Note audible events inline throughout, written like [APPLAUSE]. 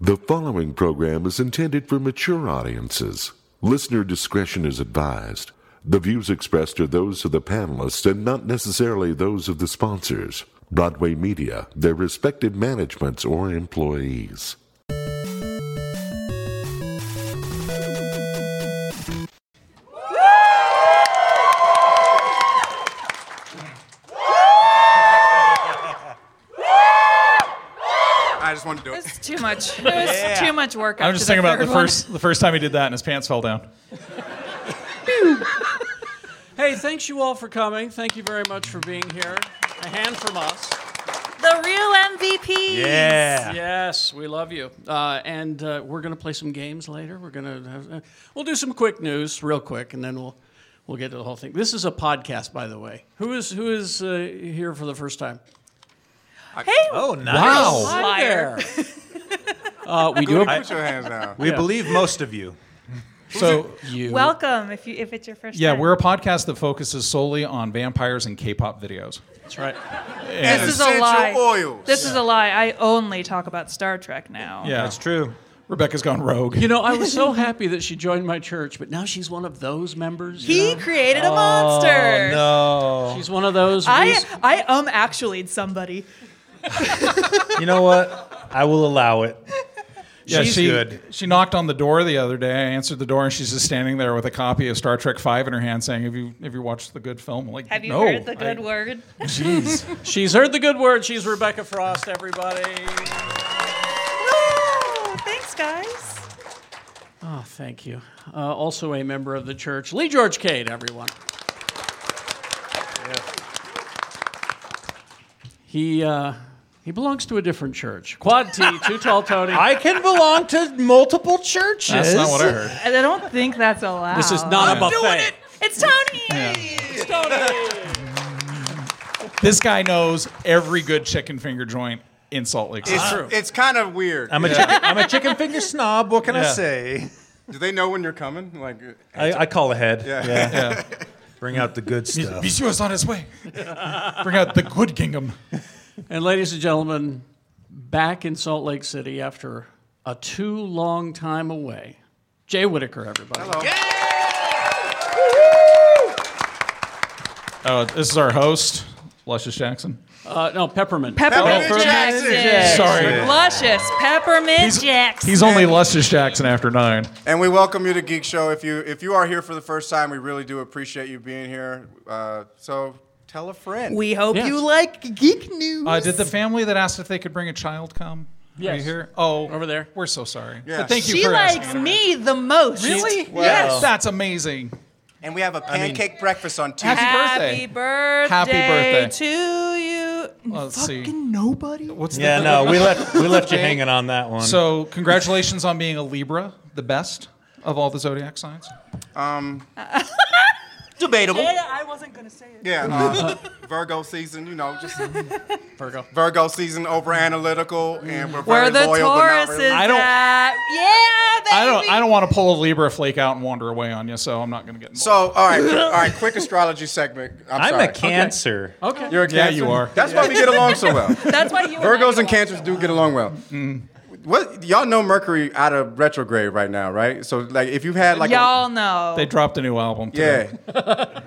The following program is intended for mature audiences. Listener discretion is advised. The views expressed are those of the panelists and not necessarily those of the sponsors, Broadway Media, their respective managements, or employees. I just wanted to do it. It's too [LAUGHS] much. It was too much work. I after was just thinking about the third one. first the first time he did that and his pants fell down. Hey, thanks you all for coming. Thank you very much for being here. A hand from us. The real MVP. Yeah. Yes, we love you. Uh, and uh, we're going to play some games later. We're going to have, uh, we'll do some quick news real quick, and then we'll we'll get to the whole thing. This is a podcast, by the way. Who is who is uh, here for the first time? Hey. Oh, nice. Wow. Liar. Hi there. [LAUGHS] uh, we do. A, Put your hands [LAUGHS] out. We believe most of you. So you. Welcome. If you if it's your first. yeah, time. we're a podcast that focuses solely on vampires and K-pop videos. That's right. And This is a essential lie. oils. This is a lie. I only talk about Star Trek now. Yeah, That's true. Rebecca's gone rogue. You know, I was so happy that she joined my church, but now she's one of those members. you He know? created Oh, a monster. No. She's one of those. I who's- I um actually somebody. [LAUGHS] You know what? I will allow it. yeah, she's she, good. She knocked on the door the other day. I answered the door, and she's just standing there with a copy of Star Trek Five in her hand, saying, "Have you have you watched the good film?" I'm like, Have you no, heard the good I- [LAUGHS] word? Jeez. She's heard the good word. She's Rebecca Frost, everybody. Woo! Thanks, guys. Oh, thank you. Uh, also a member of the church, Lee George Cade, everyone. He, uh, he belongs to a different church. Quad [LAUGHS] T, Too Tall Tony. I can belong to multiple churches. That's not what I heard. And I don't think that's allowed. this is not I'm a buffet. It's Tony. This guy knows every good chicken finger joint in Salt Lake. City. It's, it's kind of weird. I'm a, chicken, I'm a chicken finger snob. What can I Yeah. say? [LAUGHS] Do they know when you're coming? Like, uh, I, I call ahead. Yeah. Yeah. Bring out the good stuff. Visio's on his way. Bring out the good gingham. And ladies and gentlemen, back in Salt Lake City after a too long time away, Jay Whitaker, everybody. Oh, this is our host, Luscious Jackson. Uh, no, Peppermint. Peppermint Peppermint Jackson. Jackson. Oh, Sorry. Luscious Peppermint Jackson. He's only Luscious Jackson after nine. and we welcome you to Geek Show. If you if you are here for the first time, we really do appreciate you being here. Uh, so tell a friend. we hope Yes. you like geek news. Uh, did the family that asked if they could bring a child come? Are you Yes. here? Oh, Over there. We're so sorry. Yeah. But thank you she for likes asking. me the most. Really? yes. That's amazing. and we have a pancake breakfast on Tuesday. Happy Happy birthday. birthday. Happy birthday. to you. Let's see. Fucking nobody. What's yeah, the, no, we left we left you hanging on that one. So, congratulations on being a Libra, the best of all the zodiac signs. Debatable. Yeah, I wasn't gonna say it. Yeah. Uh, Virgo season, you know, just Virgo. Virgo season over analytical, and we're Where very the loyal, but not Taurus really. is I don't- at. Yeah, I baby. don't. I don't want to pull a Libra flake out and wander away on you, so I'm not going to get involved. So, all right, all right. Quick astrology segment. I'm, I'm sorry. a cancer. Okay. You're a Yeah, Cancer? you are. That's why we get along so well. That's why you. and I Virgos and get along. Cancers do get along well. Mm. What y'all know Mercury out of retrograde right now, right? So like if you've had like a- Y'all know. they dropped a new album. Today. [LAUGHS] yeah.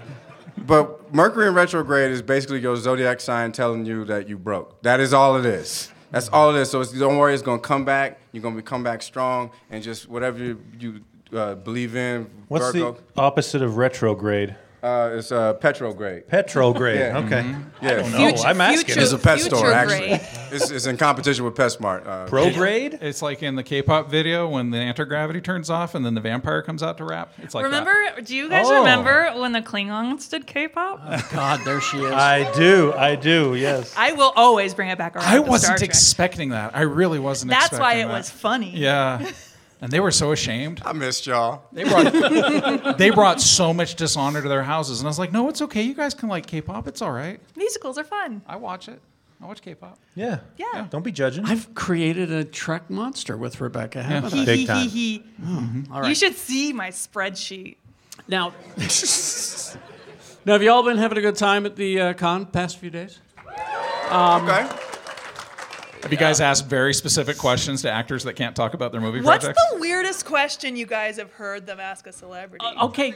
but Mercury in retrograde is basically your zodiac sign telling you that you broke. That is all it is. That's all it is. So it's, don't worry, it's gonna come back. You're gonna be come back strong, and just whatever you, you uh, believe in, What's Virgo, the opposite of retrograde? uh, it's uh, petrograde. Petrograde. Yeah. Okay. Yeah, No, Oh, I'm asking. future- it's a pet future store grade. actually. It's, it's in competition with PetSmart. Uh, Prograde? It's like in the K-pop video when the anti-gravity turns off and then the vampire comes out to rap. It's like that. Remember? Do you guys Oh. remember when the Klingons did [LAUGHS] K-pop? God, there she is. I do. I do. Yes. I will always bring it back around. I to Star wasn't Trek. expecting that. I really wasn't. That's expecting why it that. was funny. Yeah, [LAUGHS] and they were so ashamed. I missed y'all. They brought they brought so much dishonor to their houses, and I was like, "No, it's okay. You guys can like K-pop. It's all right. Musicals are fun. I watch it. I watch K-pop." yeah. Yeah. Don't be judging. I've created a Trek monster with Rebecca, haven't Hee Big hee hee time. hee. Hmm, You should see my spreadsheet. I? Now, now, have you all been having a good time at the uh, con past few days? Okay. Have you guys asked very specific questions to actors that can't talk about their movie What's projects? the weirdest question you guys have heard them ask a celebrity? Uh, oh, Okay.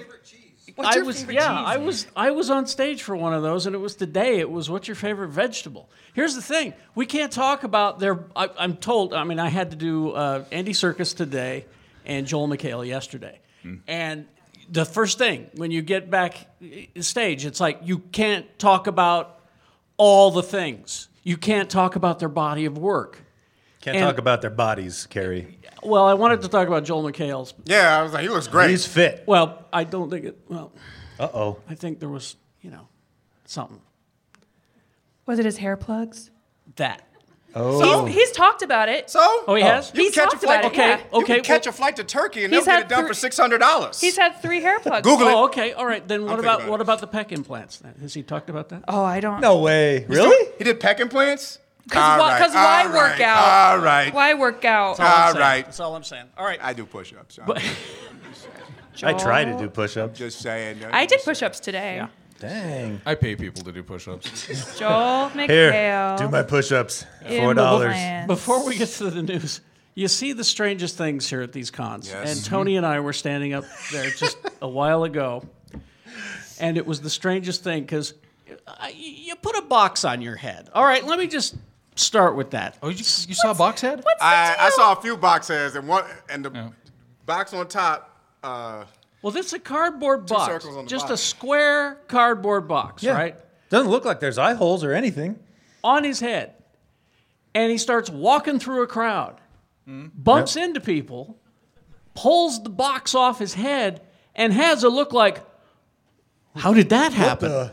What's I your was favorite yeah, cheese? I was I was on stage for one of those, and it was today. It was what's your favorite vegetable? Here's the thing: we can't talk about their. I, I'm told. I mean, I had to do uh, Andy Circus today and Joel McHale yesterday, Hmm. and the first thing when you get back uh, stage, it's like you can't talk about all the things. You can't talk about their body of work. Can't And- talk about their bodies, Carrie. Well, I wanted to talk about Joel McHale's. Yeah, I was like, he looks great. He's fit. Well, I don't think it. Well, Uh oh. I think there was you know something. Was it his hair plugs? that. Oh. He's, he's talked about it. so, Oh, he has? you He's can catch a talked flight. about it, to- yeah. Okay, you okay. can catch well, a flight to Turkey and they'll He's get had it done three- for six hundred dollars. He's had three hair plugs. Google oh, it. okay, all right. Then what think about about what it. about the peck implants? then? Has he talked about that? Oh, I don't. No way. Really? He did peck implants. 'Cause why- 'cause why work out? All right, Why work out? That's I'm all saying. right. That's all I'm saying. All right. I do push-ups. I'm I try Oh. to do push ups. just saying. I did push-ups today. Yeah. Dang. I pay people to do push-ups. Joel Here, McHale. do my push ups. in Four dollars. Milan. Before we get to the news, you see the strangest things here at these cons. Yes. And Tony and I were standing up there just a while ago, and it was the strangest thing because you put a box on your head. All right, let me just start with that. Oh, you, you saw Boxhead? What? I, I saw a few box heads and one and the box on top. Uh, Well, this is a cardboard box, circles on the just a box. square cardboard box, right? Doesn't look like there's eye holes or anything. on his head and he starts walking through a crowd, Mm-hmm. bumps into people, pulls the box off his head, and has a look like, How did that happen?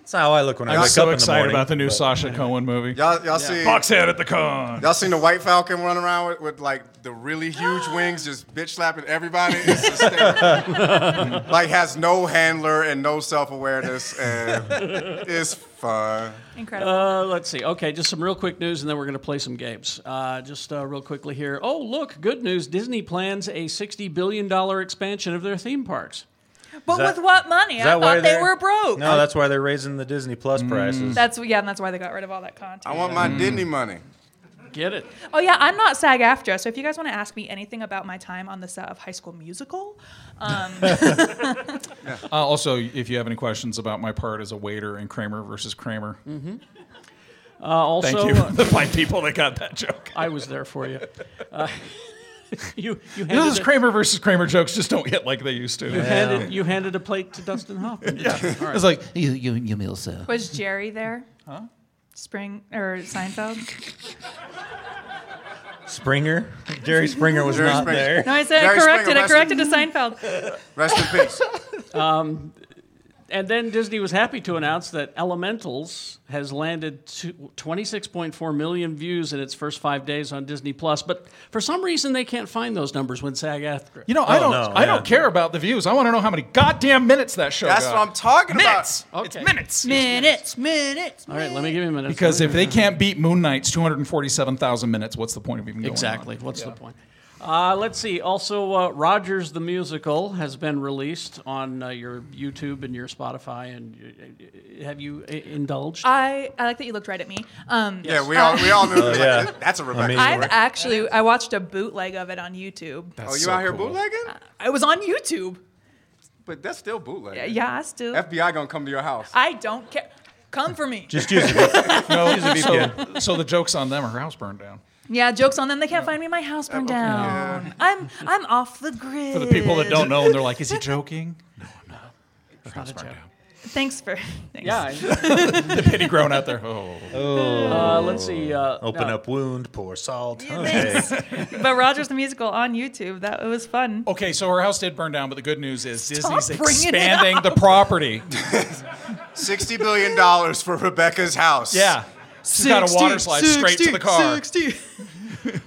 That's how I look when I I'm wake so up in the excited morning. about the new Sasha Cohen movie. y'all, y'all see Boxhead at the con. y'all seen the White Falcon run around with, with like the really huge wings, just bitch slapping everybody. It's hysterical. like has no handler and no self awareness, and it's fun. Incredible. Uh, let's see. Okay, just some real quick news, and then we're going to play some games. Uh, just uh, real quickly here. Oh, look, good news. Disney plans a $60 billion expansion of their theme parks. but that- with what money? Is I that why thought they they're- were broke. No, that's why they're raising the Disney Plus prices. That's yeah, and that's why they got rid of all that content. I want my Disney money. Get it. Oh yeah, I'm not SAG AFTRA, so if you guys want to ask me anything about my time on the set of High School Musical, Uh, also, if you have any questions about my part as a waiter in Kramer versus Kramer, Mm. Uh, also, thank you. uh, [LAUGHS] the five people that got that joke. I was there for you. Uh, [LAUGHS] you you handed You know, those it- Kramer versus Kramer jokes just don't hit like they used to. handed, you handed a plate to Dustin Hoffman. [LAUGHS] It's like, You, you, you meal, sir. was Jerry there? Huh? Spring or Seinfeld? Springer, [LAUGHS] Jerry Springer was Jerry not Springer. there. No, I said I Jerry corrected. Springer, I corrected to Seinfeld. [LAUGHS] Rest in [LAUGHS] peace. And then Disney was happy to announce that Elementals has landed to 26.4 million views in its first five days on Disney Plus. But for some reason, they can't find those numbers when SAG after. you know, I Oh, don't, no, I don't yeah. care about the views. I want to know how many goddamn minutes that show. That's got. what I'm talking Minutes. about. It's minutes. Minutes, minutes. All right, let me give you a minute. Because if they can't beat Moon Knight's 247,000 minutes, what's the point of even going exactly, on? what's the point? Uh, let's see. Also, uh, Rogers the musical has been released on uh, your YouTube and your Spotify. And uh, have you uh, indulged? I, I like that you looked right at me. Um, Yeah, we all we all knew. like, Oh, yeah. That's a Rebecca. mean- I've actually I watched a bootleg of it on YouTube. oh, you out here bootlegging? I was on YouTube. But that's still bootlegging. Yeah, Uh, I still. FBI gonna come to your house. I don't care. Come for me. Just use it. No, VPN. so, so the joke's on them. Her house burned down. Yeah, jokes on them. They can't find me. My house burned down. I'm I'm off the grid. For the people that don't know, and they're like, is he joking? It's not a joke. Thanks for. Thanks. Yeah. the pity grown out there. Oh. Uh, let's see. Uh, Open no. up wound, pour salt. Okay. Thanks. but Rogers the Musical on YouTube. That it was fun. [LAUGHS] Okay, so her house did burn down, but the good news is Disney's bringing it expanding the property. Sixty billion dollars for Rebecca's house. Yeah. She's got a water slide straight to the car.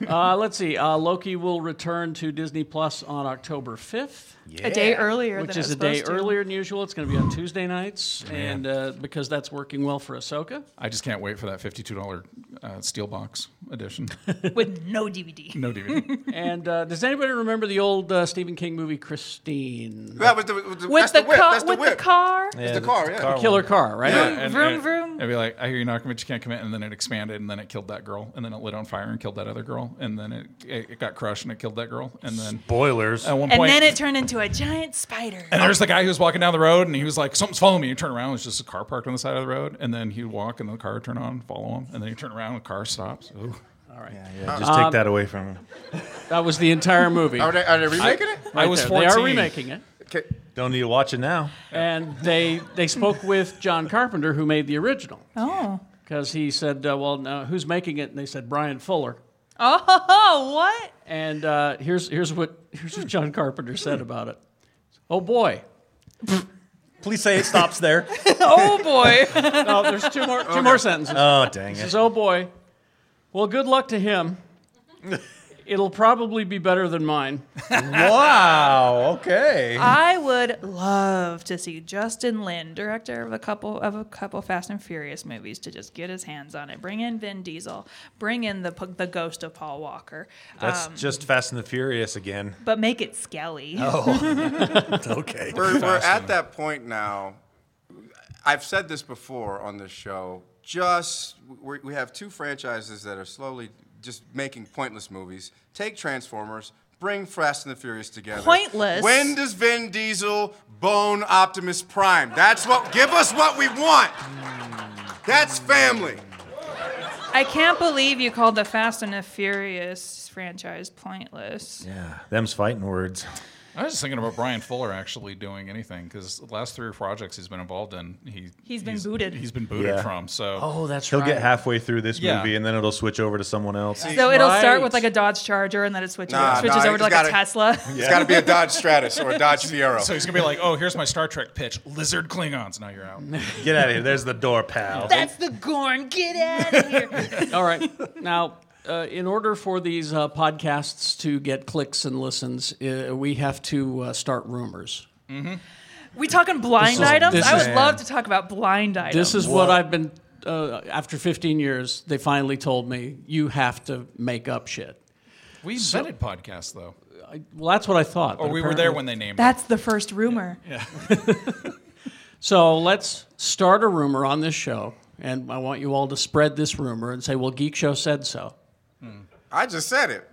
Uh, let's see. Uh, Loki will return to Disney Plus on October 5th. A day earlier Which than it was is a day supposed to. earlier than usual. It's going to be on Tuesday nights, and uh, because that's working well for Ahsoka. I just can't wait for that fifty-two dollar uh, steel box edition. with no DVD. No DVD. and uh, does anybody remember the old uh, Stephen King movie Christine? That was the, was the- With that's the, whip. car, that's the with whip. the car. Yeah, the that's car, yeah. one. Killer car, right? vroom, vroom. It'd be like, I hear you knocking, but you can't commit. And then it expanded, and then it killed that girl, and then it lit on fire and killed that other girl, and then it it, it got crushed and it killed that girl, and then Boilers. at one And point- then it turned into a giant spider. And there's the guy who was walking down the road, and he was like, "Something's following me." You turn around, it's just a car parked on the side of the road, and then he'd walk, and the car would turn on, follow him, and then you turn around, and the car stops. Ooh. Yeah, just Um, take that away from him. That was the entire movie. Are they, are they remaking it? I was There, fourteen. They are remaking it, Okay. Don't need to watch it now. and they they spoke with John Carpenter, who made the original, Oh. because he said, uh, "Well, no, who's making it?" And they said Brian Fuller. Oh, what? And uh, here's here's what here's what John Carpenter said about it. Oh boy. Please say it [LAUGHS] stops there. Oh, [LAUGHS] boy. No, there's two more two more sentences. oh dang He it! says, "Oh boy, well, good luck to him. It'll probably be better than mine." Wow. Okay. I would love to see Justin Lin, director of a couple of a couple Fast and Furious movies, to just get his hands on it. Bring in Vin Diesel. Bring in the p- the ghost of Paul Walker. Uh, That's Um, just Fast and the Furious again. [LAUGHS] But make it [LAUGHS] Skelly. Oh. Okay. We're, we're at that point now. I've said this before on this show. Just we we have two franchises that are slowly just making pointless movies. Take Transformers, bring Fast and the Furious together. Pointless? When does Vin Diesel bone Optimus Prime? That's what. Give us what we want. That's family. I can't believe you called the Fast and the Furious franchise pointless. Yeah, them's fighting words. I was just thinking about Brian Fuller actually doing anything because the last three projects he's been involved in, he He's been booted. He's been booted Yeah. from. So Oh, that's He'll get halfway through this Yeah. movie and then it'll switch over to someone else. So it'll start right. with like a Dodge Charger, and then it switches, Nah, switches nah, over he's to like gotta- a Tesla. [LAUGHS] It's got to be a Dodge Stratus or a Dodge Fiero. so he's gonna be like, "Oh, here's my Star Trek pitch: lizard Klingons." Now [LAUGHS] you're out. Get out of here. There's the door, pal. That's the Gorn. Get out of here. All right. Now, uh, in order for these uh, podcasts to get clicks and listens, uh, we have to uh, start rumors. we talking blind is- items? this I is- would love to talk about blind items. This is what I've been. Uh, after 15 years, they finally told me you have to make up shit. We invented podcasts though, Well, that's what I thought. or but we were there apparently- when they named. it. That's the first rumor. So let's start a rumor on this show, and I want you all to spread this rumor and say, "Well, Geek Show said so." I just said it.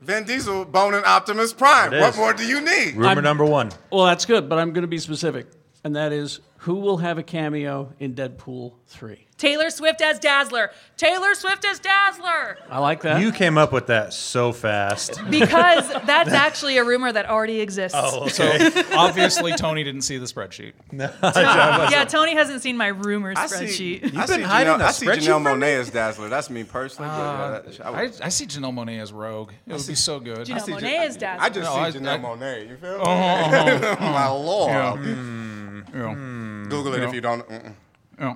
Vin Diesel boning Optimus Prime. It What is. more do you need? Rumor number one. Well, that's good, but I'm going to be specific, and that is who will have a cameo in Deadpool 3. Taylor Swift as Dazzler. Taylor Swift as Dazzler. I like that. You came up with that so fast. Because that's actually a rumor that already exists. So [LAUGHS] obviously Tony didn't see the spreadsheet. yeah, Tony hasn't seen my rumor I see. spreadsheet. I been see hiding Janelle, that I see spreadsheet Janelle from Monae as Dazzler. That's me personally. but yeah, that- I, would- I, I see Janelle Monet as Rogue. It would be so good. Janelle see Monae Jan- is Dazzler. I Uh-huh, just No, see Janelle I- I- Monae. You feel? Oh, me? oh, [LAUGHS] oh, My lord. Yeah. yeah, Hmm. Google it if you don't. mm-mm. yeah.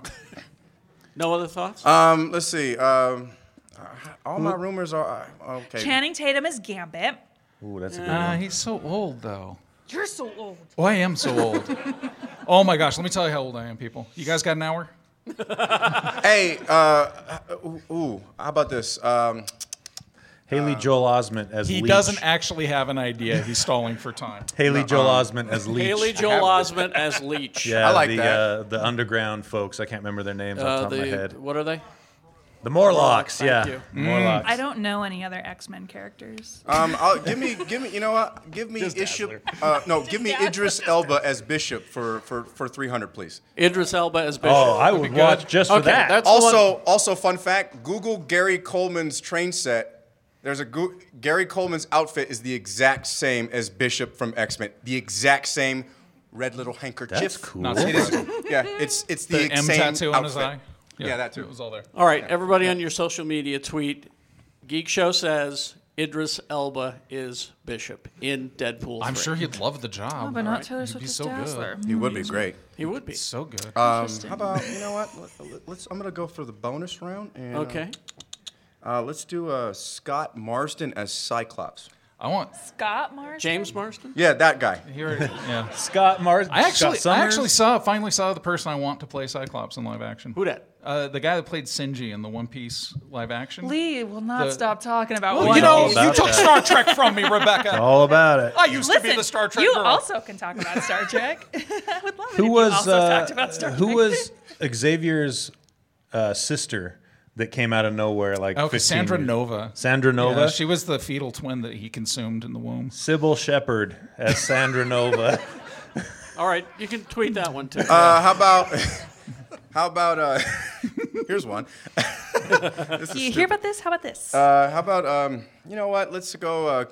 no other thoughts? Uh, Um, let's see. Um, all my rumors are uh, okay. Channing Tatum as Gambit. Ooh, that's a good Ah, one. he's so old though. You're so old. Oh, I am so old. oh my gosh, let me tell you how old I am, people. You guys got an hour? hey, uh, ooh, ooh, how about this? Um, Haley Joel Osment as He Leech. doesn't actually have an idea. He's stalling for time. Haley Joel Osment as Leech. Haley Joel Osment [LAUGHS] as Leech. Yeah, I like the, that. Uh, the underground folks. I can't remember their names off the Uh, top of my the, head. what are they? The Morlocks, Thank yeah. you. Morlocks. I don't know any other X Men characters. um, I'll, give me, give me. You know what? Give me Bishop. Uh, no, give me Idris Elba as Bishop for for for three hundred, please. Idris Elba as Bishop. Oh, I would be watch good. just for okay, that. That's also, Also, also fun fact: Google Gary Coleman's train set. There's a Gu- Gary Coleman's outfit is the exact same as Bishop from X Men. The exact same red little handkerchief. That's cool. Not surprising. Yeah, it's it's the, the M same outfit. tattoo on his eye. Yeah, that too. It was all there. all right. Everybody on your social media tweet. Geek Show says Idris Elba is Bishop in Deadpool. I'm 3." sure he'd love the job. Oh, But not Alright, Taylor you'd Swift be as so good. Dazzler. He would be great. Um, he would be. So good. How about you know what? Let- Let's. I'm gonna go for the bonus round. And, uh, Okay. Uh, let's do uh, Scott Marston as Cyclops. I want. Scott Marston. James Marston? Yeah, that guy. Here, yeah. Scott Mars. I actually, Scott I actually Summers? saw, finally saw the person I want to play Cyclops in live action. Who dat? Uh, the guy that played Sinji in the One Piece live action. Lee will not The- stop talking about Well, One Oh, you know, Piece. about you took that. Star Trek from me, [LAUGHS] Rebecca. all about it. I used to Listen, be the Star Trek you girl. also can talk about Star Trek. I would love it. if Who you was also uh, talked about Star who Trek. was Xavier's uh, sister that came out of nowhere like oh, 15 Cassandra years- Nova. Sandra Nova. Yeah, she was the fetal twin that he consumed in the womb. Sybil Shepherd as [LAUGHS] Sandra Nova. [LAUGHS] All right, you can tweet that one [LAUGHS] too. Uh, how about how about uh, [LAUGHS] here's one. Do [LAUGHS] you hear about this? How about this? Uh, how about um, you know what? Let's go uh,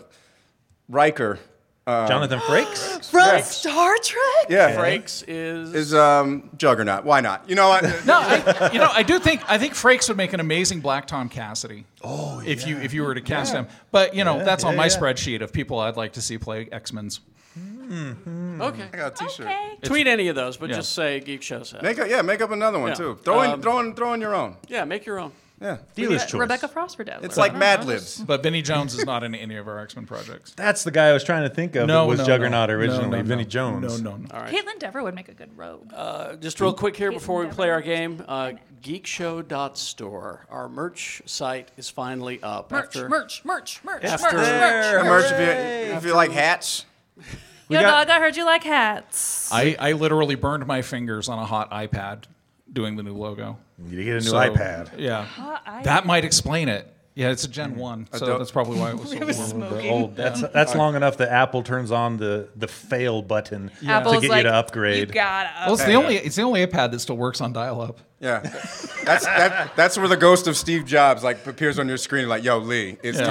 Riker. Jonathan Frakes. From Star Trek? Yeah, Frakes is, is um, Juggernaut. Why not? You know [LAUGHS] what? No, [LAUGHS] I, you know, I do think I think Frakes would make an amazing Black Tom Cassidy. Oh, if you if you were to cast him, but you know that's on yeah, my yeah. spreadsheet of people I'd like to see play X Men's. okay. um, I got a T-shirt. Okay. Tweet any of those, but Yeah. just say Geek Show Set. Make up, yeah, make up another one Yeah. too. Throw in, Um, throw in, throw in your own. yeah, make your own. Yeah, Dealer's choice. Rebecca Uh-huh. Frost for Dazzler. it's like I don't Mad know. Libs. But Vinnie Jones is not in any of our X Men [LAUGHS] projects. That's the guy I was trying to think of. No, that was no, Juggernaut no. originally. No, no, Vinnie no. Jones. No, no, no. Caitlin Dever would make a good rogue. Uh, just real quick here before we play our game uh, geekshow.store. Our merch site is finally up. merch, after, merch, merch, merch, merch, After- merch, merch, There. Merch if you, if you like hats. Yo, got- dog, I heard you like hats. I, I literally burned my fingers on a hot iPad doing the new logo. You get a new So, iPad. Yeah. iPad. That might explain it. Yeah, it's a Gen 1, so don't- that's probably [LAUGHS] why it was so warm. They're old. That's that's long enough that Apple turns on the the fail button to Apple's get you like, to upgrade. You gotta. Well, it's the only it's the only iPad that still works on dial-up. Yeah, that's that, that's where the ghost of Steve Jobs like appears on your screen. Like, yo, Lee, it's Yeah.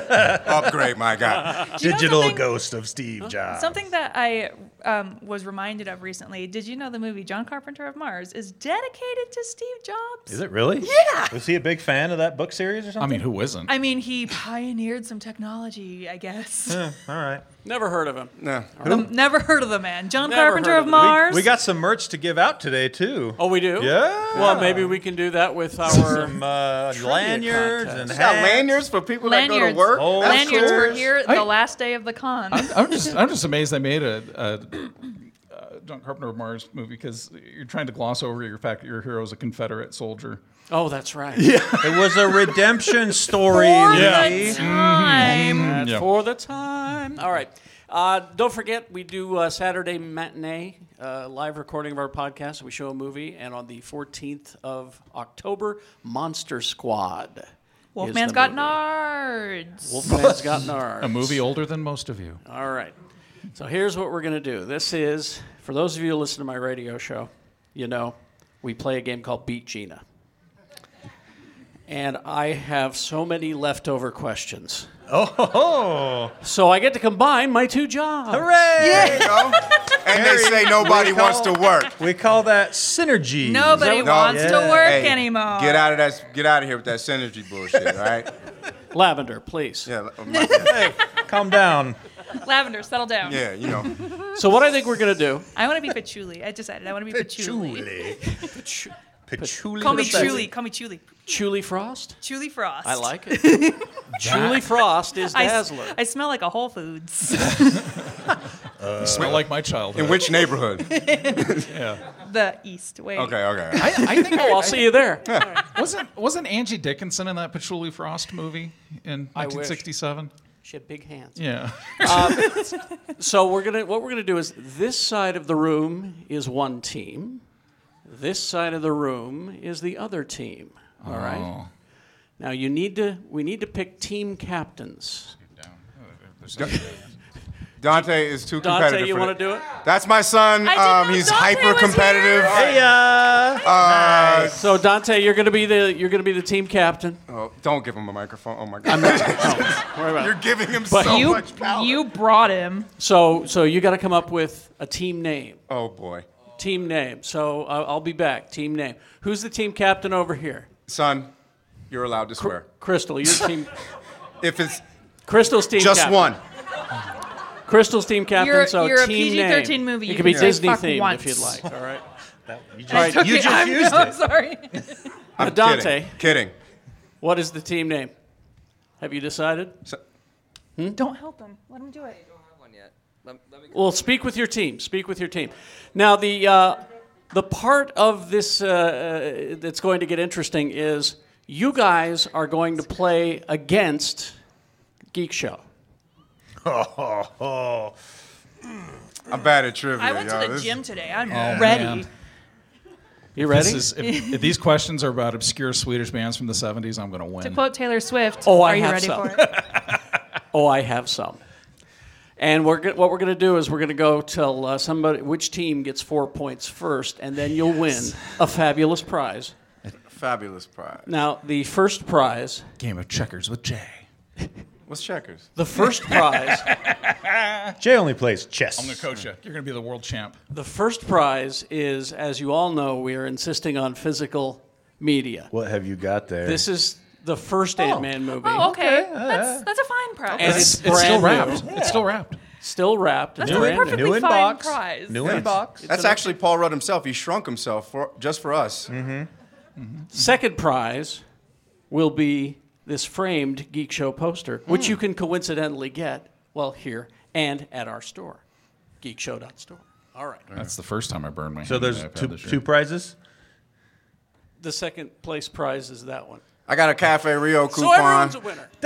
time. [LAUGHS] Upgrade, my guy. you know Digital something- ghost of Steve Jobs. Something that I um, was reminded of recently. Did you know the movie John Carpenter of Mars is dedicated to Steve Jobs? Is it really? Yeah. Was he a big fan of that book series or I something? mean, who isn't? I mean, he pioneered some technology, I guess. All right. Never heard of him. Yeah. Um, never heard of the man. John Never Carpenter heard of, of the- we- Mars. We got some merch to give out today too. Oh, we do? Yeah. Well, maybe we can do that with [LAUGHS] our. Some uh, lanyards contest. and You got hats. lanyards for people that go to Lanyards. work. Oh, That's Lanyards cool. were here I- the last day of the con. I'm just I'm just amazed they made a, a, uh John Carpenter of Mars movie because you're trying to gloss over your fact that your hero is a Confederate soldier. Oh, that's right. Yeah. It was a [LAUGHS] redemption story. For Lee. the time. Yeah. For the time. All right. Uh, don't forget, we do uh, Saturday matinee, uh, live recording of our podcast. We show a movie, and on the 14th of October, Monster Squad. Wolfman's got nards. Wolfman's got Nard. [LAUGHS] A movie older than most of you. All right. So here's what we're going to do. This is, for those of you who listen to my radio show, you know, we play a game called Beat Gina. And I have so many leftover questions. Oh, So I get to combine my two jobs. hooray! There you go. And they say nobody wants to work. We call that synergy. Nobody No. wants to Yeah. work Hey, anymore. Get out of that. Get out of here with that synergy [LAUGHS] bullshit. All right. Lavender, please. Yeah. my- Calm down. Lavender, settle down. Yeah. You know. So what I think we're going to do. I want to be patchouli. I decided I want to be patchouli. Ch- Patchouli. Call me Patchouli. Chuli. Call me Chuli. Julie Frost? Chuli Frost. I like it. Julie Frost is I s- Dazzler. I smell like a Whole Foods. You smell like my In childhood. which neighborhood? Okay. the East. Wait. Okay. I, I think oh, I'll see you there. wasn't wasn't Angie Dickinson in that Patchouli Frost movie in I wish. 1967? She had big hands. Yeah. So we're gonna what we're gonna do is this side of the room is one team, this side of the room is the other team. All right. Oh. Now you need to we need to pick team captains. Dante is too competitive. Dante, you for want that. to do it? That's my son. I did not Um, he's know Dante hyper competitive. was Hey, uh, Uh, So Dante, you're gonna be the you're gonna be the team captain. oh, don't give him a microphone. Oh my god. [LAUGHS] Oh, You're giving him so You, much power. you brought him. So so you got to come up with a team name. oh boy. Team name. So uh, I'll be back. Team name. Who's the team captain over here? Son, you're allowed to swear. Crystal, your [LAUGHS] team. If it's Crystal's team. just captain. one. Crystal's team captain. You're- so you're a team PG-13 name. movie. It You could be can say Disney fuck themed if once. you'd like. All right. you just, right. you Okay, just [LAUGHS] I'm, used no, it. sorry. I'm Uh, Dante. Kidding. kidding. What is the team name? Have you decided? Hmm? Don't help him. Let him do it. Well, speak with your team. Speak with your team. Now, the uh, the part of this uh, uh, that's going to get interesting is you guys are going to play against Geek Show. I'm bad at trivia. I went to y'all. the This- gym today. I'm ready. man. You ready? This is, if, if these questions are about obscure Swedish bands from the 70s, I'm going to To win. quote Taylor Swift, Oh, I are you have ready some. for [LAUGHS] it? oh, I have some. And we're go- what we're going to do is we're going to go till uh, somebody which team gets four points first, and then you'll win a fabulous prize. Fabulous prize. Now, the first prize Game of checkers with Jay. What's checkers? The [LAUGHS] first prize, Jay only plays chess. I'm going to coach you. You're going to be the world champ. the first prize is, as you all know, we are insisting on physical media. What have you got there? This is the first Ant-Man movie, Oh, okay. That's, that's a fine prize. and it's, It's, it's still brand wrapped. It's still wrapped. new, still wrapped. that's it's a brand perfectly new. New fine inbox. prize. New inbox. That's actually Paul Rudd himself. He shrunk himself for just for us. Mm-hmm. Second prize will be this framed Geek Show poster, which you can coincidentally get well here and at our store, geekshow.store. All right. That's the first time I burned my So hand there's I've had two, this year. two prizes. The second place prize is that one. I got a Cafe Rio So coupon. everyone's a winner. I've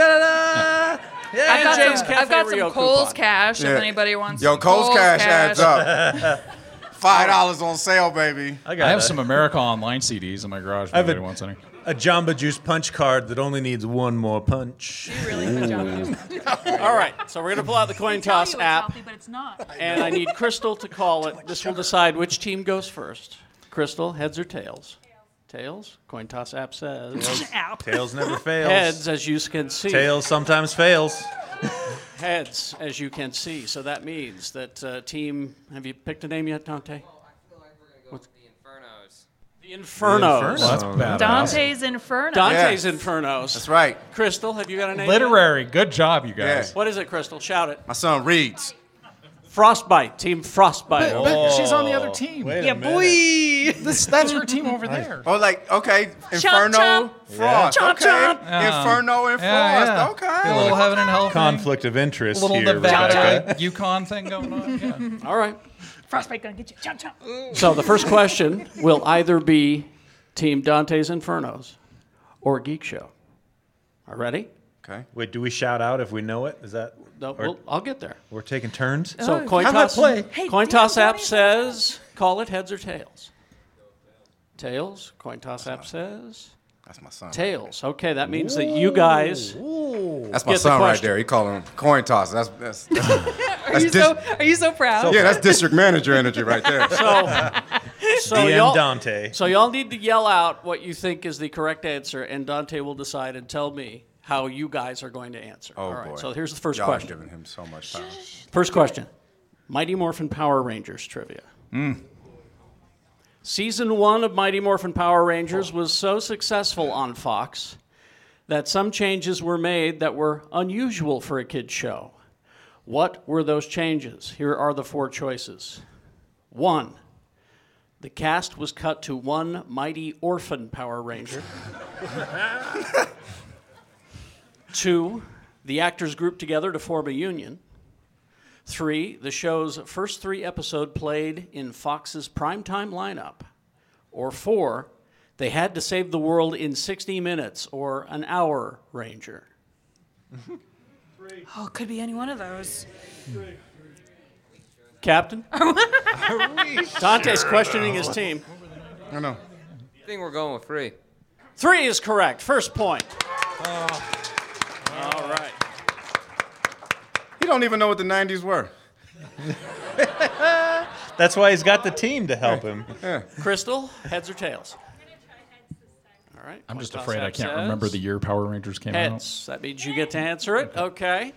got Jay's some, Cafe I've got Rio some Cole's coupon. cash Yeah. if anybody wants Yo, some Cole's cash, adds cash. up. [LAUGHS] Five dollars on sale, baby. I got I have a, some America Online CDs in my garage. if have anybody a- wants any. a Jamba Juice punch card that only needs one more punch. You really good job. You All right. So we're going to pull out the coin tell you toss it's app. healthy, but it's not. and I need Crystal to call it. This will decide which team goes first. Crystal, heads or tails? Tails. Coin toss app says App. Tails [LAUGHS] never fails. heads, as you can see. Tails sometimes fails. Heads, as you can see. So that means that uh, team. Have you picked a name yet, Dante? I feel like we're gonna go with the Infernos. The Infernos. Well, Oh. that's badass. Dante's Inferno. Dante's Yeah. Infernos. That's right. Crystal, have you got a name? yet? Literary. Good job, you Yeah. guys. What is it, Crystal? Shout it. My son reads. Frostbite. Team Frostbite. Oh. she's on the other team. yeah, boy. This, that's her team over [LAUGHS] there. Oh, like okay, Inferno, chomp. Frost. Yeah. Chomp, Okay, chomp. Inferno and Yeah, yeah. Frost. A little heaven and hell. Conflict of interest Thing. A little here, Rebecca. Nevada Yukon thing going [LAUGHS] on. Yeah. All right. Frostbite gonna get you. Chomp, chomp. So the first question will either be Team Dante's Infernos or Geek Show. Are ready? Okay. Okay. Wait, do we shout out if we know it? Is that No, or we'll, I'll get there. we're taking turns? So coin Have a toss. Uh, play. Hey, coin Dan, toss Danny, app that's says call it heads or tails. Tails. Coin toss app says That's my son. tails. Okay, that means that you guys. That's my Get the son right question. there. He calling him coin toss. That's that's, [LAUGHS] that's Are you dis- so Are you so proud? yeah. That's district manager energy right [LAUGHS] there. So, so DM y'all. Dante. So y'all need to yell out what you think is the correct answer, and Dante will decide and tell me how you guys are going to answer. Oh All right. boy. So here's the 1st Y'all are question. giving him so much time. First question Mm. Mighty Morphin Power Rangers trivia. Season one of Mighty Morphin Power Rangers was so successful on Fox that some changes were made that were unusual for a kid's show. What were those changes? Here are the four choices. One, the cast was cut to one mighty orphan Power [LAUGHS] Ranger. Two, the actors grouped together to form a union. Three, the show's first three episode played in Fox's primetime lineup. Or four, they had to save the world in 60 minutes or an hour, Ranger. Oh, could be any one of those. Captain? Dante's questioning his team. I know. I think we're going with three. Three is correct. First point. Oh. All right. He don't even know what the '90s were. That's why he's got the team to help him. Crystal, heads or tails? All right. I'm Point just toss afraid I app can't says remember the year Power Rangers came out. Heads. That means you get to answer it. Okay.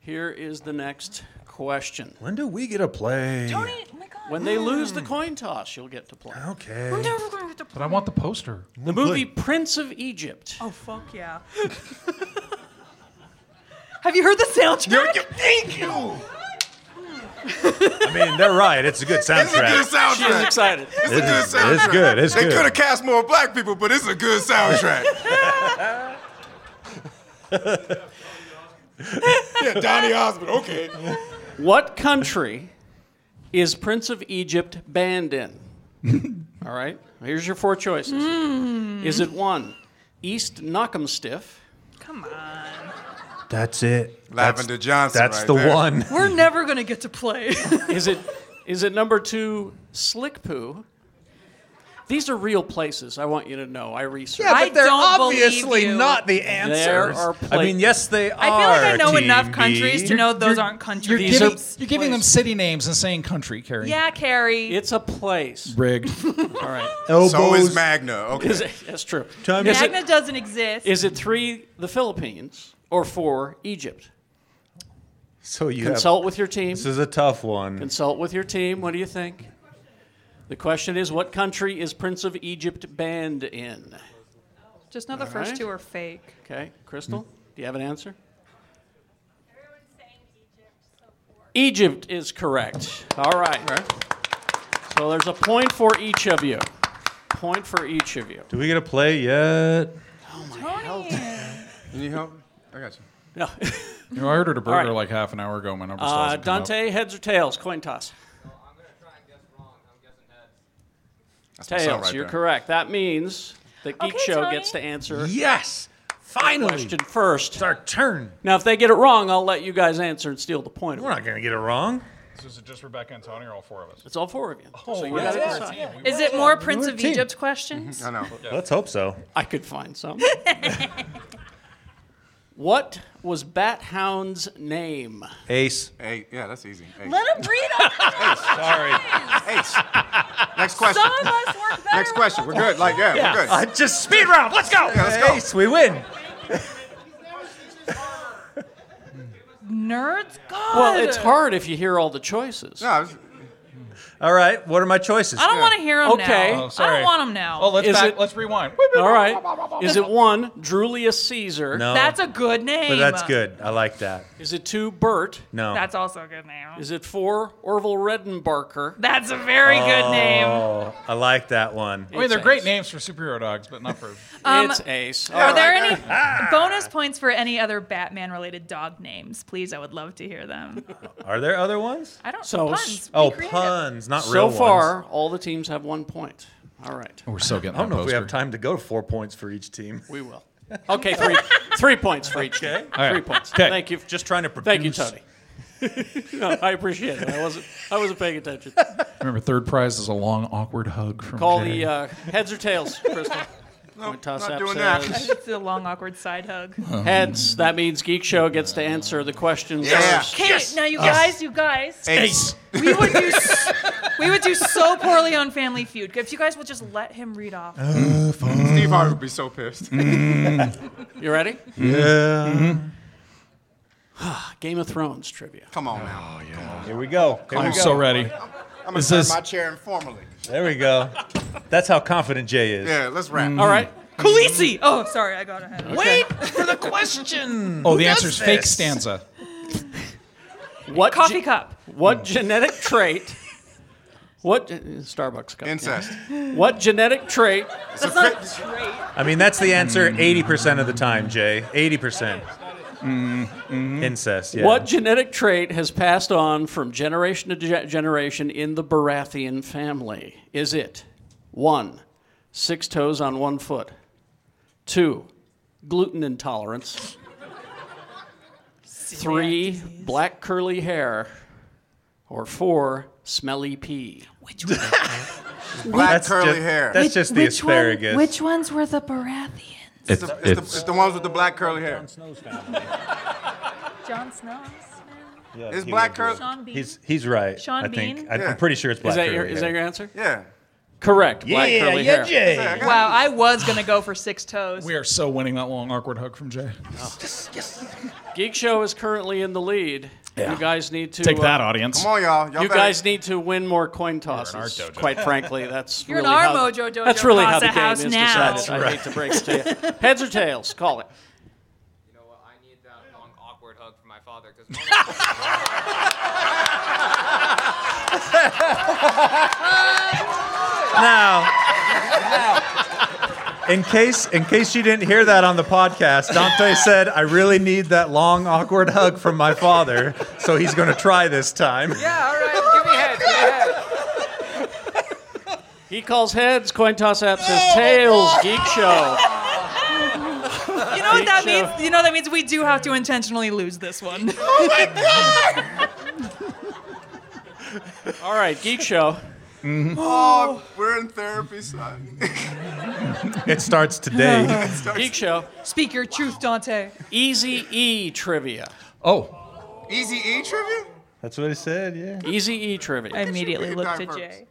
Here is the next question. When do we get to play? Tony, oh my God. When they lose the coin toss, you'll get to play. Oh, I'm [LAUGHS] Okay. never gonna get to But I want the poster. The movie Prince of Egypt. Oh fuck yeah! [LAUGHS] Have you heard the soundtrack? Thank you. I mean, they're right. It's a good It's a good soundtrack. [LAUGHS] She is soundtrack. excited. It's a good It's soundtrack. good. It's They could have good. cast more black people, but it's a good soundtrack. Yeah, Donny Osmond. Okay. What country is Prince of Egypt banned in? [LAUGHS] All right, here's your four choices. Hmm. Is it one, East Knockemstiff? Come on. That's it. Lavender Johnson. That's right the there. one. We're never going to get to play. Is it is it number two, Slick Poo? These are real places. I want you to know. I researched. I they're don't believe obviously you. not the answer. are I pla- mean, yes, they are. I feel like I know Team enough B. countries to know those aren't You're, countries. giving, Please. you're giving them city names and saying country, Carrie. Yeah, Carrie. It's a place. Rigged. [LAUGHS] All right. elbows. So is Magna. Okay. Is it, [LAUGHS] that's true. Time is, Magna it, doesn't exist. is it three, the Philippines, or four, Egypt? so you Consult with your team. Have, this is a tough one. Consult with your team. What do you think? The question is, what country is Prince of Egypt banned in? Just know the first right. two are fake. Okay, Crystal, Hmm. do you have an answer? Egypt is correct. All right. So there's a point for each of you. Point for each of you. Do we get a play yet? You need help? I got you. No. You know, I ordered a burger right. like half an hour ago. My number still Uh, hasn't come up. Dante, heads or tails? Coin toss. Well, I'm gonna try and guess wrong. I'm guessing heads. That's my son Tails, right you're there. correct. That means that Geek Okay, Show Tony. gets to answer Yes. the Finally. question first. It's our turn. Now, if they get it wrong, I'll let you guys answer and steal the point. We're not gonna get it wrong. So is it just Rebecca and Tony or all four of us? It's all four of you. so you yeah, gotta yeah, decide. Is it more Prince of team. Egypt questions? I know. Let's hope so. I could find some. [LAUGHS] what was Bat Hound's name? Ace. Hey, yeah, that's easy. Hey, Let him read them. [LAUGHS] Sorry. hey, next question. Some of us work better. Next question. We're good. Like, yeah, we're good. I Uh, just speed round. Let's go. let's go. Ace, we win. Nerds. God. Well, it's hard if you hear all the choices. No, it's- All right. What are my choices? I don't want to hear them Okay. now. Oh, I sorry. don't want them now. Oh, let's Is back, it- let's rewind. All right. Is it one, Julius Caesar? No. that's a good name. But that's good. I like that. Is it two, Bert? No. That's also a good name. Is it four, Orville Redenbarker? That's a very good name. Oh, I like that one. I mean, they're It's great Ace. names for superhero dogs, but not for. it's Ace. All Um, Are right. there any bonus points for any other Batman-related dog names? Please, I would love to hear them. Are there other ones? I don't. So- puns. Be Oh, creative. puns, not real So ones. far, all the teams have one point. All right. [LAUGHS] We're still getting. I don't know if we have time to go to four points for each team. [LAUGHS] We will. Okay, three, three points for each. Okay. team. right. Three points. Okay. Thank you. Just trying to produce. Thank you, Tony. [LAUGHS] no, I appreciate it. I wasn't. I wasn't paying attention. Remember, third prize is a long, awkward hug from. Call Jay. the uh, heads or tails, [LAUGHS] Crystal. nope, Toss not up doing that. says It's a long, awkward side hug. [LAUGHS] Heads. That means Geek Show gets to answer the questions Yeah. first. Okay, now you guys, you guys, Ace. we would do, s- we would do so poorly on Family Feud. If you guys would just let him read off. Steve Harvey would be so pissed. You ready? Mm-hmm. Yeah. [SIGHS] Game of Thrones trivia. Come on now. Here we go. Here we I'm go. so ready. I'm going Is to turn this- my chair informally. There we go. That's how confident Jay is. Yeah, let's wrap. All right. Khaleesi. Oh, sorry, I got ahead. Wait for the question. Oh, the answer does is fake this? stanza. What Mm. Coffee ge- cup. What genetic trait? What uh, Starbucks cup? yeah. Incest. What genetic trait? That's not great. I mean, that's the answer 80% of the time, Jay. 80%. Incest, yeah. Mm-hmm. What genetic trait has passed on from generation to ge- generation in the Baratheon family? Is it one, six toes on one foot, two, gluten intolerance, three, black curly hair, or four, smelly pee? Which one? Black That's curly just, hair. That's just the asparagus. which ones were the Baratheon? it's, the, it's, the, it's the ones with the black curly hair. Jon Snow. It's black curly. Sean Bean. He's, he's right. Sean I think. Bean? I, Yeah. I'm pretty sure it's black Is that curly your, hair. is that your answer? Yeah. Correct. Black yeah, curly yeah, hair. Jay. Wow, I was gonna go for six toes. We are so winning that long, awkward hug from Jay. Geek Show is currently in the lead. You guys need to Take uh, that, audience. Come on, y'all. y'all You better- guys need to win more coin tosses. dojo. Quite frankly, that's You're in really our how, mojo dojo That's really how Casa the game house is now. decided. I hate to break it to you. [LAUGHS] Heads or tails? Call it. You know what? I need that long, awkward hug from my father because Now, in case in case you didn't hear that on the podcast, Dante said, "I really need that long, awkward hug from my father." So he's going to try this time. Yeah, all right. Give me head. Give me head. He calls heads. Coin toss app says tails. Geek show. You know what that Geek show. means? You know that means we do have to intentionally lose this [LAUGHS] one. All right, geek show. Oh, [LAUGHS] we're in therapy, son. [LAUGHS] It starts [LAUGHS] today. Geek show. Speak your truth, Dante. Easy E trivia. Oh, Easy E trivia? that's what he said. Yeah. Easy E trivia. I immediately be looked at diverse. Jay.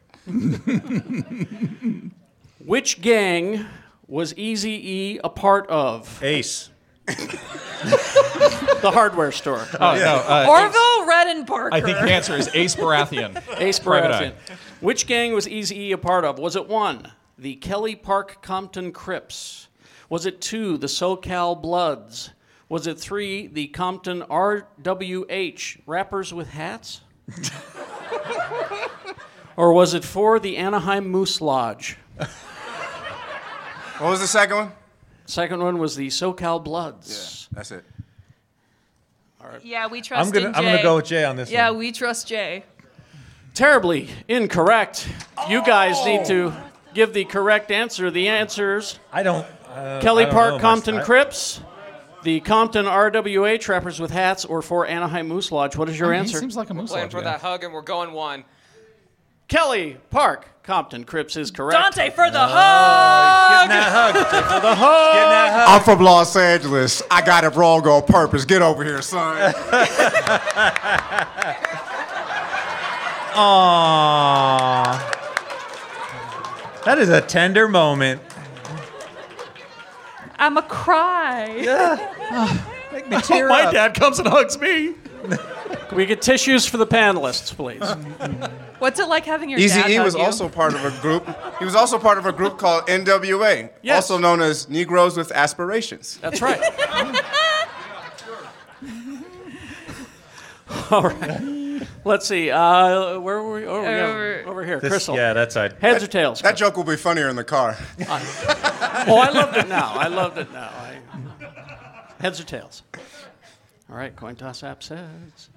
Which gang was Easy E a part of? Ace. The hardware store. Oh, no. Uh, Orville Redden Parker. I think the answer is Ace Baratheon. Ace Private Eye. Baratheon. Which gang was Easy E a part of? Was it one, the Kelly Park Compton Crips? Was it two, the SoCal Bloods? Was it three, the Compton RWH Rappers with Hats? [LAUGHS] or was it four, the Anaheim Moose Lodge? What was the second one? Second one was the SoCal Bloods. That's it. yeah, we trust I'm gonna in I'm gonna Jay. go with Jay on this Yeah, one. we trust Jay. Terribly incorrect. You guys need to give the correct answer. The answers. I don't. Uh, I Kelly don't know Park my Compton style. Crips, the Compton RWA Trappers with Hats, or for Anaheim Moose Lodge. What is your Oh, He answer? seems like a moose Playing lodge for guy. that hug, and we're going one. Kelly Park Compton Crips is correct. Dante for the hug. Getting that hug. The hug. Getting that hug. I'm from Los Angeles. I got it wrong on purpose. Get over here, son. Aww. That is a tender moment. I'm a cry. Make me [LAUGHS] tear Oh, My up. dad comes and hugs me. Can we get tissues for the panelists, please? What's it like having your Easy dad E hug was you? also part of a group. He was also part of a group called NWA, Yes. also known as Negroes with Aspirations. That's right. [LAUGHS] All right. Let's see. Uh, where were we? Oh, yeah, Over- over here. This- Crystal. yeah, that's I. Heads or tails? That joke will be funnier in the car. Oh, I loved it now. I loved it now. I... Heads or tails? All right, coin toss app says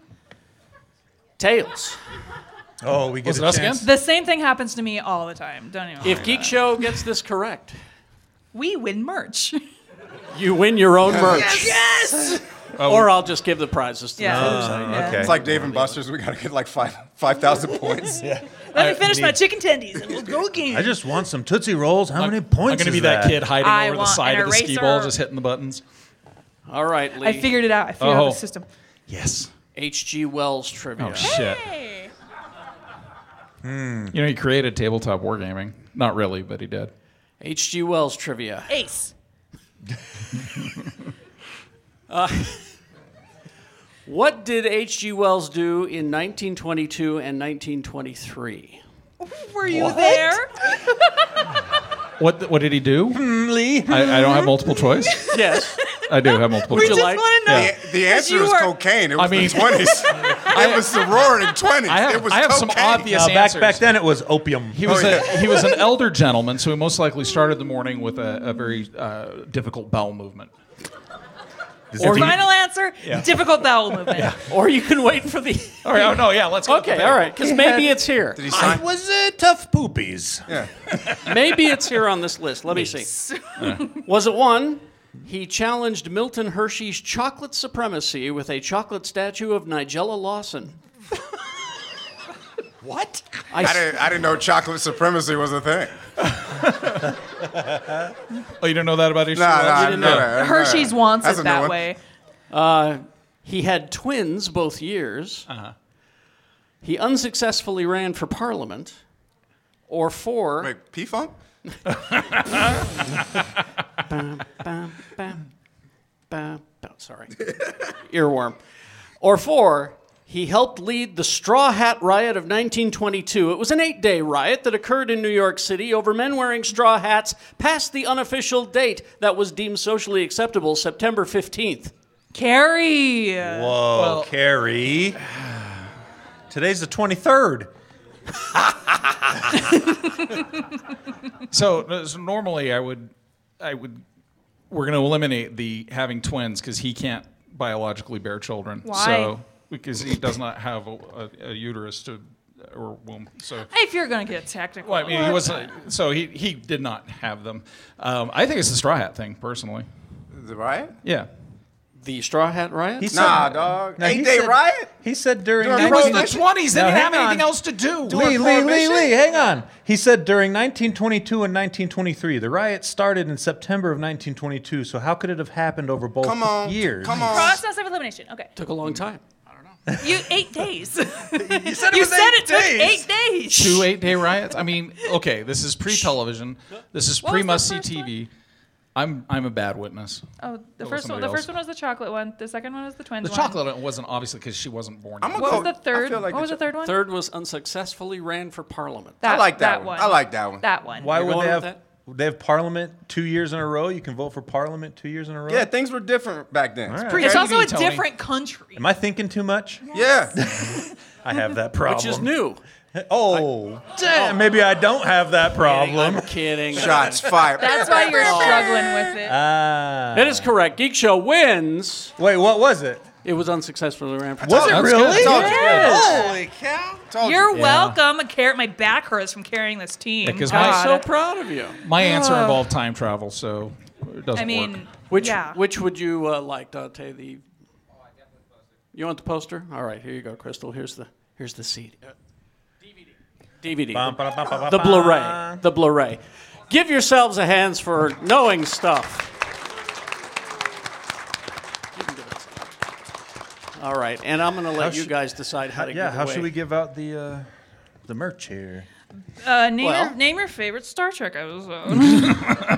tails. Oh, we get Was a it us chance. again? The same thing happens to me all the time. Don't even. If worry Geek about it. Show gets this correct, we win merch. Oh, you win your own merch, yes. or I'll just give the prizes to Yeah. the [LAUGHS] Yeah. okay. It's like Dave and Buster's. We gotta get like five five thousand points. Let me finish my chicken tendies and we'll go again. I just want some Tootsie Rolls. How many I'm points gonna is be that, kid hiding I over the want side an of the ski eraser. ball, just hitting the buttons. All right, Lee. I figured it out. I figured Oh. out the system. Yes. H.G. Wells trivia. Oh shit. Hey. You know, he created tabletop wargaming. Not really, but he did. H.G. Wells trivia. Ace. What did H.G. Wells do in 1922 and 1923? Were you there? What th- What did he do? [LAUGHS] I, I don't have multiple choice. yes. I do have [LAUGHS] multiple We choice. just July- want to know. The, the answer you is were- cocaine. It was I mean- the twenties. it was the roaring twenties. I It have, was I have some cocaine. obvious Uh, back answers. back then, it was opium. He was a, he was an elder gentleman, so he most likely started the morning with a, a very uh, difficult bowel movement. Your final answer: difficult [LAUGHS] bowel movement. Or you can wait for the. All right. Oh no. Yeah. Let's. Go Okay, all right, because maybe it's here. Did he sign? was uh, tough poopies. Maybe it's here on this list. Let me see. [LAUGHS] Was it one? He challenged Milton Hershey's chocolate supremacy with a chocolate statue of Nigella Lawson. What? I I, s- didn't, I didn't know chocolate supremacy was a [LAUGHS] thing. Oh, you don't know that about H. Nah, nah, I didn't didn't know know. that. I didn't know [LAUGHS] Hershey's that. wants That's it a new that one. way. he had twins both years. He unsuccessfully ran for parliament. Or four. Wait, P Funk? Bum, bum, bum, bum. Sorry. Earworm. Or four, he helped lead the Straw Hat Riot of 1922. It was an eight day riot that occurred in New York City over men wearing straw hats past the unofficial date that was deemed socially acceptable, September 15th. Carrie. Whoa, Oh, Carrie. [SIGHS] Today's the 23rd. So, so uh, normally I would I would. We're going to eliminate the having twins because he can't biologically bear children. Why? So because he does not have a, a, a uterus to or womb. So. If you're gonna get technical, Well, I mean, he wasn't. So he, he did not have them. Um, I think it's the straw hat thing, personally. Is it riot? Yeah. The Straw Hat Riot? He Nah, said- dog. No, he Ain't they said- riot? He said during During It was 19 the twenties. They Now, didn't hang have anything on. else to do. Lee, Lee, Lee, Prohibition? Lee, hang on. He said during 1922 and 1923, the riot started in September of 1922. So how could it have happened over both Come on. years? Come on. process of elimination. Okay, Took a long time. you eight [LAUGHS] days. You said you said it took eight days. Two eight day riots. I mean, okay, this is pre television. This is What was pre the must see first one? TV. I'm I'm a bad witness. Oh, the was first one. somebody The first else. one was the chocolate one. The second one was the twins. The one. chocolate one wasn't obviously because she wasn't born. I'm yet. a What was cold. the third? Oh, I feel like what was the the third one? Third was unsuccessfully ran for parliament. That, I like that one. I like that one. That one. Why You're would going they with have? They have parliament two years in a row. You can vote for parliament two years in a row. Yeah, things were different back then. All right. It's also a Tony. different country. Am I thinking too much? [LAUGHS] Yeah. I have that [LAUGHS] problem. Which is new. Oh, damn. Maybe I don't have that problem. I'm kidding. Shots fired. That's why you're struggling with it. Ah. That is correct. Geek Show wins. Wait, what was it? It was unsuccessfully ran for Was parliament. it that's good. really? Told you. Yes. Holy cow. Told you. You're welcome. I care- my back hurts from carrying this team. Yeah, 'cause my- I'm God. so proud of you. My answer involved time travel, so it doesn't I mean, work. Which yeah. which would you uh, like, Dante? The you want the poster? All right, here you go, Crystal. Here's the here's the CD, uh, DVD, DVD, the Uh, Blu-ray, the Blu-ray. Give yourselves a hands for knowing stuff. You can give it. All right, and I'm going to let you should- guys decide how to Yeah, give how away. should we give out the uh, the merch here? uh, name, well- your, name your favorite Star Trek episode.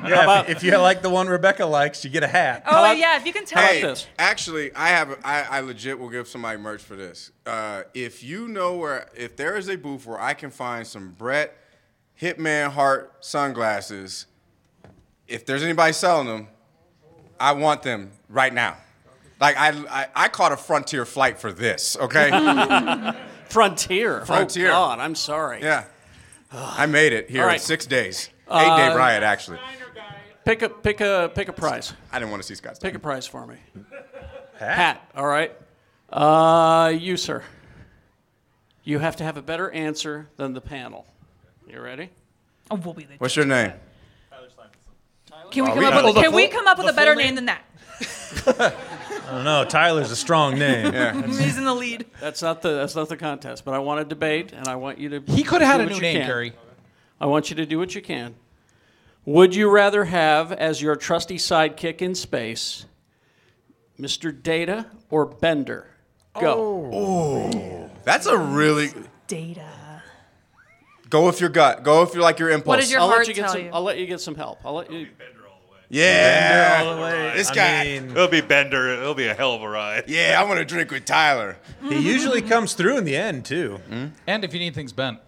Yeah, if, if you like the one Rebecca likes, you get a hat. oh about- yeah, if you can tell. Hey, Fuck this. actually, I have. I, I legit will give somebody merch for this. Uh, if you know where, if there is a booth where I can find some Brett Hitman Heart sunglasses, if there's anybody selling them, I want them right now. Like I, I, I caught a frontier flight for this. Okay, [LAUGHS] Frontier. Frontier. Oh God, I'm sorry. yeah, I made it here All right. Uh, in six days, eight day riot actually. Pick a pick a pick a prize. I didn't want to see Scott's. Pick a prize for me. Hat? Pat, all right. Uh, you, sir. You have to have a better answer than the panel. You ready? Oh, we'll be the What's your name? Can we come we up done? with Oh, the Can we full- come up with the a better full name? than name? that? I don't know. Tyler's a [LAUGHS] strong name. He's in the lead. That's not the that's not the contest, but I want a debate, and I want you to. He could have had do a what new you name, can. Gary. I want you to do what you can. Would you rather have as your trusty sidekick in space, Mr. Data or Bender? Go. That's a really Data. go with your gut. Go if you like your impulse. What is your I'll heart let you get tell some. you? I'll let you get some help. I'll let you. Yeah. All the way. This I guy. mean, It'll be Bender. It'll be a hell of a ride. Yeah, I want to drink with Tyler. he usually comes through in the end too. And if you need things bent,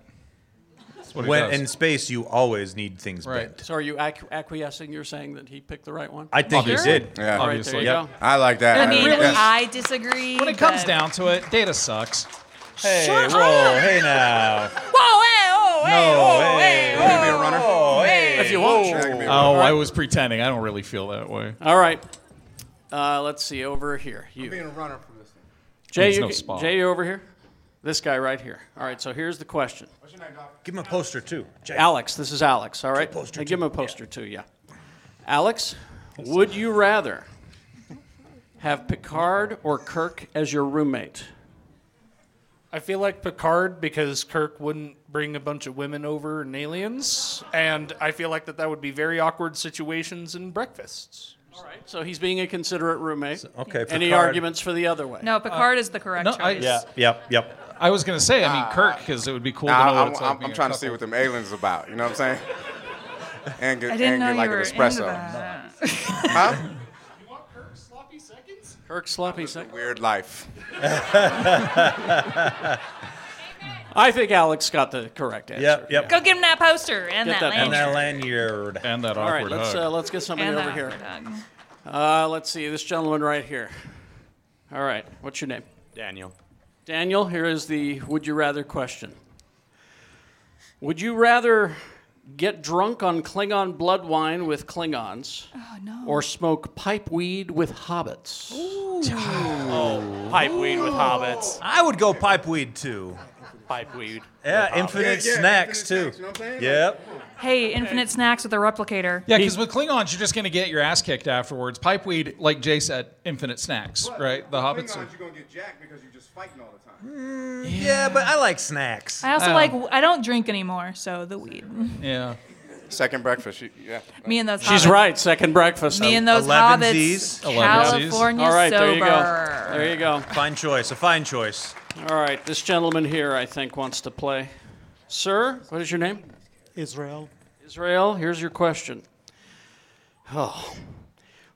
that's what he When does. in space, you always need things Right. bent. So are you ac- acquiescing? You're saying that he picked the right one. I think Obviously. he did. Yeah, All right, there you Obviously. go. I like that. I mean, like that. I disagree. when it comes but- down to it, data sucks. Hey, Shut whoa, up. Oh, hey now. Whoa! Hey! Oh! Hey! No, oh! Hey! hey. oh, Be a runner. If you want, Yeah, I sure. can be a runner. Oh, I was pretending. I don't really feel that way. All right. Uh, let's see over here. You, Being a runner for this thing. Jay, There's you no g- spa. Jay, you over here. This guy right here. All right. So here's the question. What's your name, Doc? Give him a poster too. Jay. Alex, this is Alex. All right. poster I give him a poster too. Yeah. Alex, would you rather have Picard or Kirk as your roommate? I feel like Picard because Kirk wouldn't bring a bunch of women over and aliens, and I feel like that that would be very awkward situations in breakfasts. All right. So he's being a considerate roommate. okay, Any Picard. arguments for the other way? No, Picard is the correct no, I- choice. Yeah, yep, yep. I was going to say, I mean, Kirk, because it would be cool to know I, what am it's like. being a trying to see couple. what them aliens is about. You know what I'm saying? And get, I didn't and know get you like were an into espresso. that. Huh? [LAUGHS] Kirk sloppy second. Weird life. I think Alex got the correct answer. Yep, yep. Go give him that poster and Get that, that And lanyard. that lanyard. And that All right, awkward let's hug. uh, let's get somebody And over that here. hot dog. Uh, let's see, this gentleman right here. All right, what's your name? Daniel. Daniel, here is the would you rather question. Would you rather Get drunk on Klingon blood wine with Klingons. Oh, no. Or smoke pipe weed with hobbits. Oh, pipe weed with hobbits. I would go pipe weed too. Pipe weed. Yeah, with infinite hobbits. snacks infinite snacks, too. you know what I'm saying? Yep. Hey, infinite snacks with a replicator. Yeah, because with Klingons, you're just going to get your ass kicked afterwards. Pipeweed, like Jay said, infinite snacks, right? The hobbits are. Klingons, you're gonna get jacked because you're just fighting all the time. Mm, yeah, but I like snacks. I also Oh. like. I don't drink anymore, so the weed. Yeah. Second breakfast. you- yeah. Me and those. She's hobbits. right. Second breakfast. Me and those 11 hobbits. Zs. 11 Zs. California All right, sober. there you go. There you go. Fine choice. A fine choice. All right, this gentleman here, I think, wants to play. Sir, what is your name? Israel. Israel, here's your question. Oh.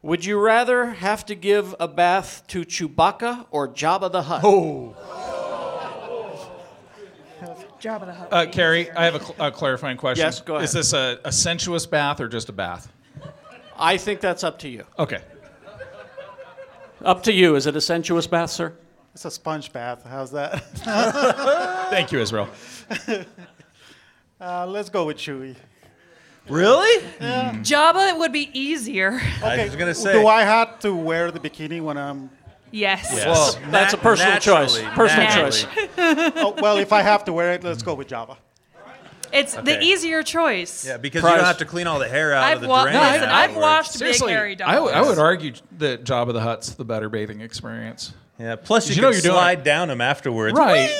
Would you rather have to give a bath to Chewbacca or Jabba the Hutt? Oh. Job of the hut. Uh, Carrie, I have a, cl- a clarifying question. Yes, go ahead. Is this a, a sensuous bath or just a bath? I think that's up to you. Okay. Up to you. Is it a sensuous bath, sir? It's a sponge bath. How's that? [LAUGHS] Thank you, Israel. Uh, let's go with Chewy. Really? Jabba would be easier. [LAUGHS] I was gonna say. Do I have to wear the bikini when I'm? Yes. Yes. Well, that's a personal naturally, choice. Personal naturally. choice. Oh, well, if I have to wear it, let's go with Java. It's the Okay. easier choice. [LAUGHS] Yeah, because you Price. don't have to clean all the hair out of I've the wa- drain. listen, I've afterwards. washed big Seriously, hairy I would- I dogs. would argue that Job of the Hutt's the better bathing experience. Yeah. Plus, you, You can know you're doing slide down them afterwards. Right.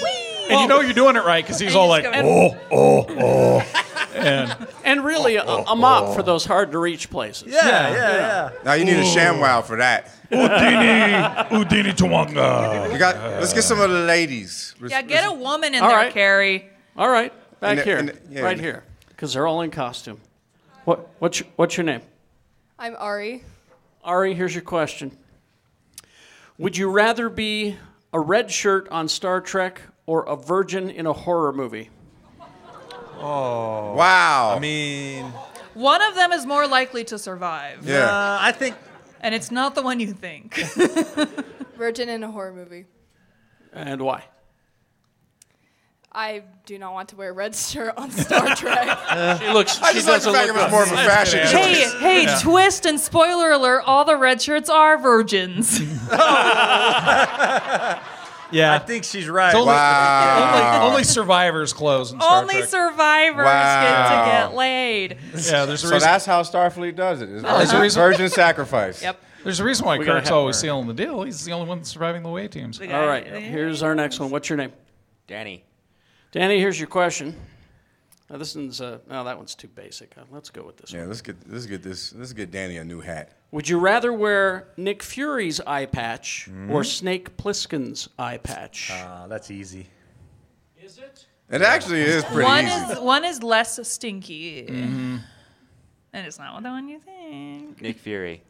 And you know you're doing it right because he's all you like, just oh, oh, oh. and And really, a, a mop for those hard to reach places. Yeah. Yeah. Yeah. Now you need a ShamWow for that. Udini, Udini Tawanga. You got. Let's get some of the ladies. Let's- Yeah, get a woman in All there, right. Carrie. All right, back And the- here, and the- yeah. right here, because they're all in costume. What? What's your, what's your name? I'm Ari. Ari, here's your question. Would you rather be a red shirt on Star Trek or a virgin in a horror movie? Wow. I mean, One of them is more likely to survive, yeah. uh, I think and it's not the one you [LAUGHS] think. Virgin in a horror movie. And why? I do not want to wear a red shirt on Star Trek. She looks. I she just like the doesn't fact it look was good. more of a fashion choice. hey, hey, twist and spoiler alert: all the red shirts are virgins. I Yeah. think she's It's right. only, Wow. only, only survivors close in Star Only Trek. survivors Wow. get to get laid. yeah, there's a So reason. that's how Starfleet does it. It's there's a virgin- reason- virgin sacrifice. Yep. There's a reason why gotta Kirk's have always her. sealing the deal. He's the only one surviving the away teams. We got All right, it. here's our next one. What's your name? Danny. Danny, here's your question. Now, this one's uh, no, that one's too basic. Uh, let's go with this Yeah. one. Let's get let's get this let's get Danny a new hat. Would you rather wear Nick Fury's eye patch or Snake Plissken's eye patch? Ah, that's easy. is it? It actually is pretty One easy. is one is less stinky, and it's not the one you think. Nick Fury.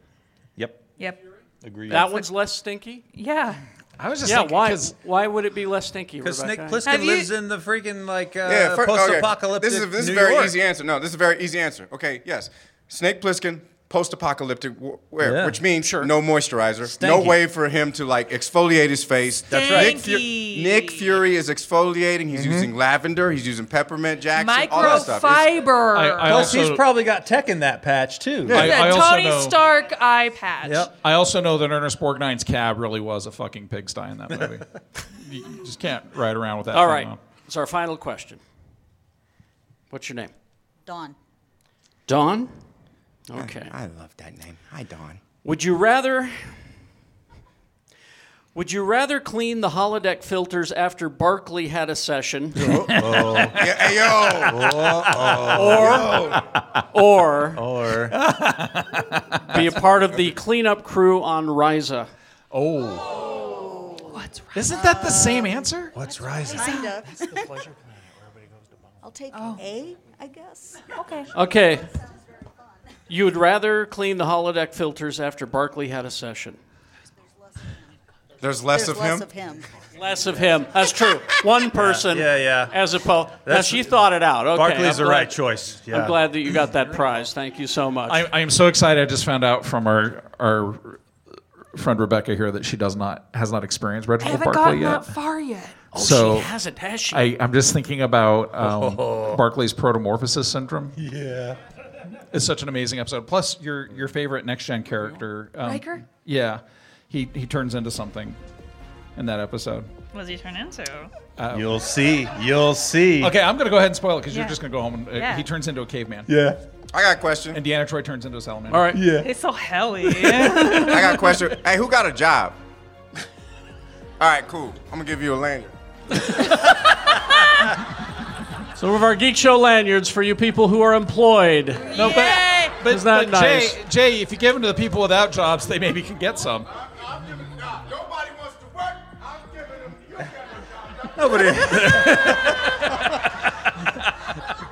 Yep. Yep. Agreed. That one's less stinky. Yeah. I was just Yeah, thinking, why? 'cause- Why would it be less stinky? Because Snake Rebecca? Plissken Have you- lives in the freaking like uh, Yeah, fir- okay. post-apocalyptic This is this is New a very York. easy answer. No, this is a very easy answer. Okay, yes, Snake Plissken, post-apocalyptic w- wear, Yeah. which means no moisturizer, no Stanky. way for him to like exfoliate his face. That's right. Nick, Fu- Nick Fury is exfoliating. He's using lavender. He's using peppermint Jackson. all that stuff. It's- Microfiber. I- I Plus, also- he's probably got tech in that patch too. The I also Tony know- Stark eye patch. Yep. I also know that Ernest Borgnine's cab really was a fucking pigsty in that movie. [LAUGHS] you you just can't ride around with that. All thing right. on. It's our final question. What's your name? Dawn. Dawn? Okay. I love that name. Hi, Dawn. Would you rather Would you rather clean the holodeck filters after Barkley had a session Oh. Yeah, hey, yo. [LAUGHS] or Or be a part of the cleanup crew on Ryza? Oh, What's right? isn't that the same answer? what's rising? Kind [LAUGHS] of. I'll take A, I guess. Okay. Okay. You would rather clean the holodeck filters after Barkley had a session. There's less of There's less him. of him. Less of him. That's true. One person. Yeah, yeah. As opposed, now That's- she thought it out. Okay, Barkley's I'm the glad- right choice. Yeah. I'm glad that you got that prize. Thank you so much. I, I am so excited. I just found out from our our friend Rebecca here that she does not has not experienced I Reginald haven't gotten Barkley yet. that oh, far yet. Oh, so hasn't, has she? I, I'm just thinking about um, Oh. Barkley's protomorphosis syndrome. Yeah. It's such an amazing episode. Plus, your your favorite next gen character, um, Riker? Yeah, he he turns into something in that episode. What does he turn into? You'll see. You'll see. Okay, I'm gonna go ahead and spoil it because Yeah. you're just gonna go home and uh, Yeah. he turns into a caveman. Yeah. I got a question. And Deanna Troy turns into a salamander. All right. Yeah. It's so [LAUGHS] helly. I got a question. Hey, who got a job? All right, cool. I'm gonna give you a lanyard. Some of our Geek Show lanyards for you people who are employed. No, but, but, Is that but nice? Jay, Jay, if you give them to the people without jobs, they maybe can get some. Nobody.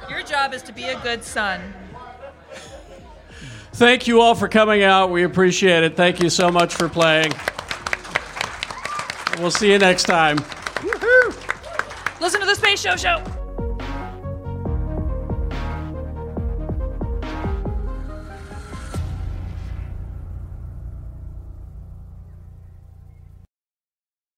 Your job is to be a good son. Thank you all for coming out. We appreciate it. Thank you so much for playing. We'll see you next time. Listen to the Space Show Show.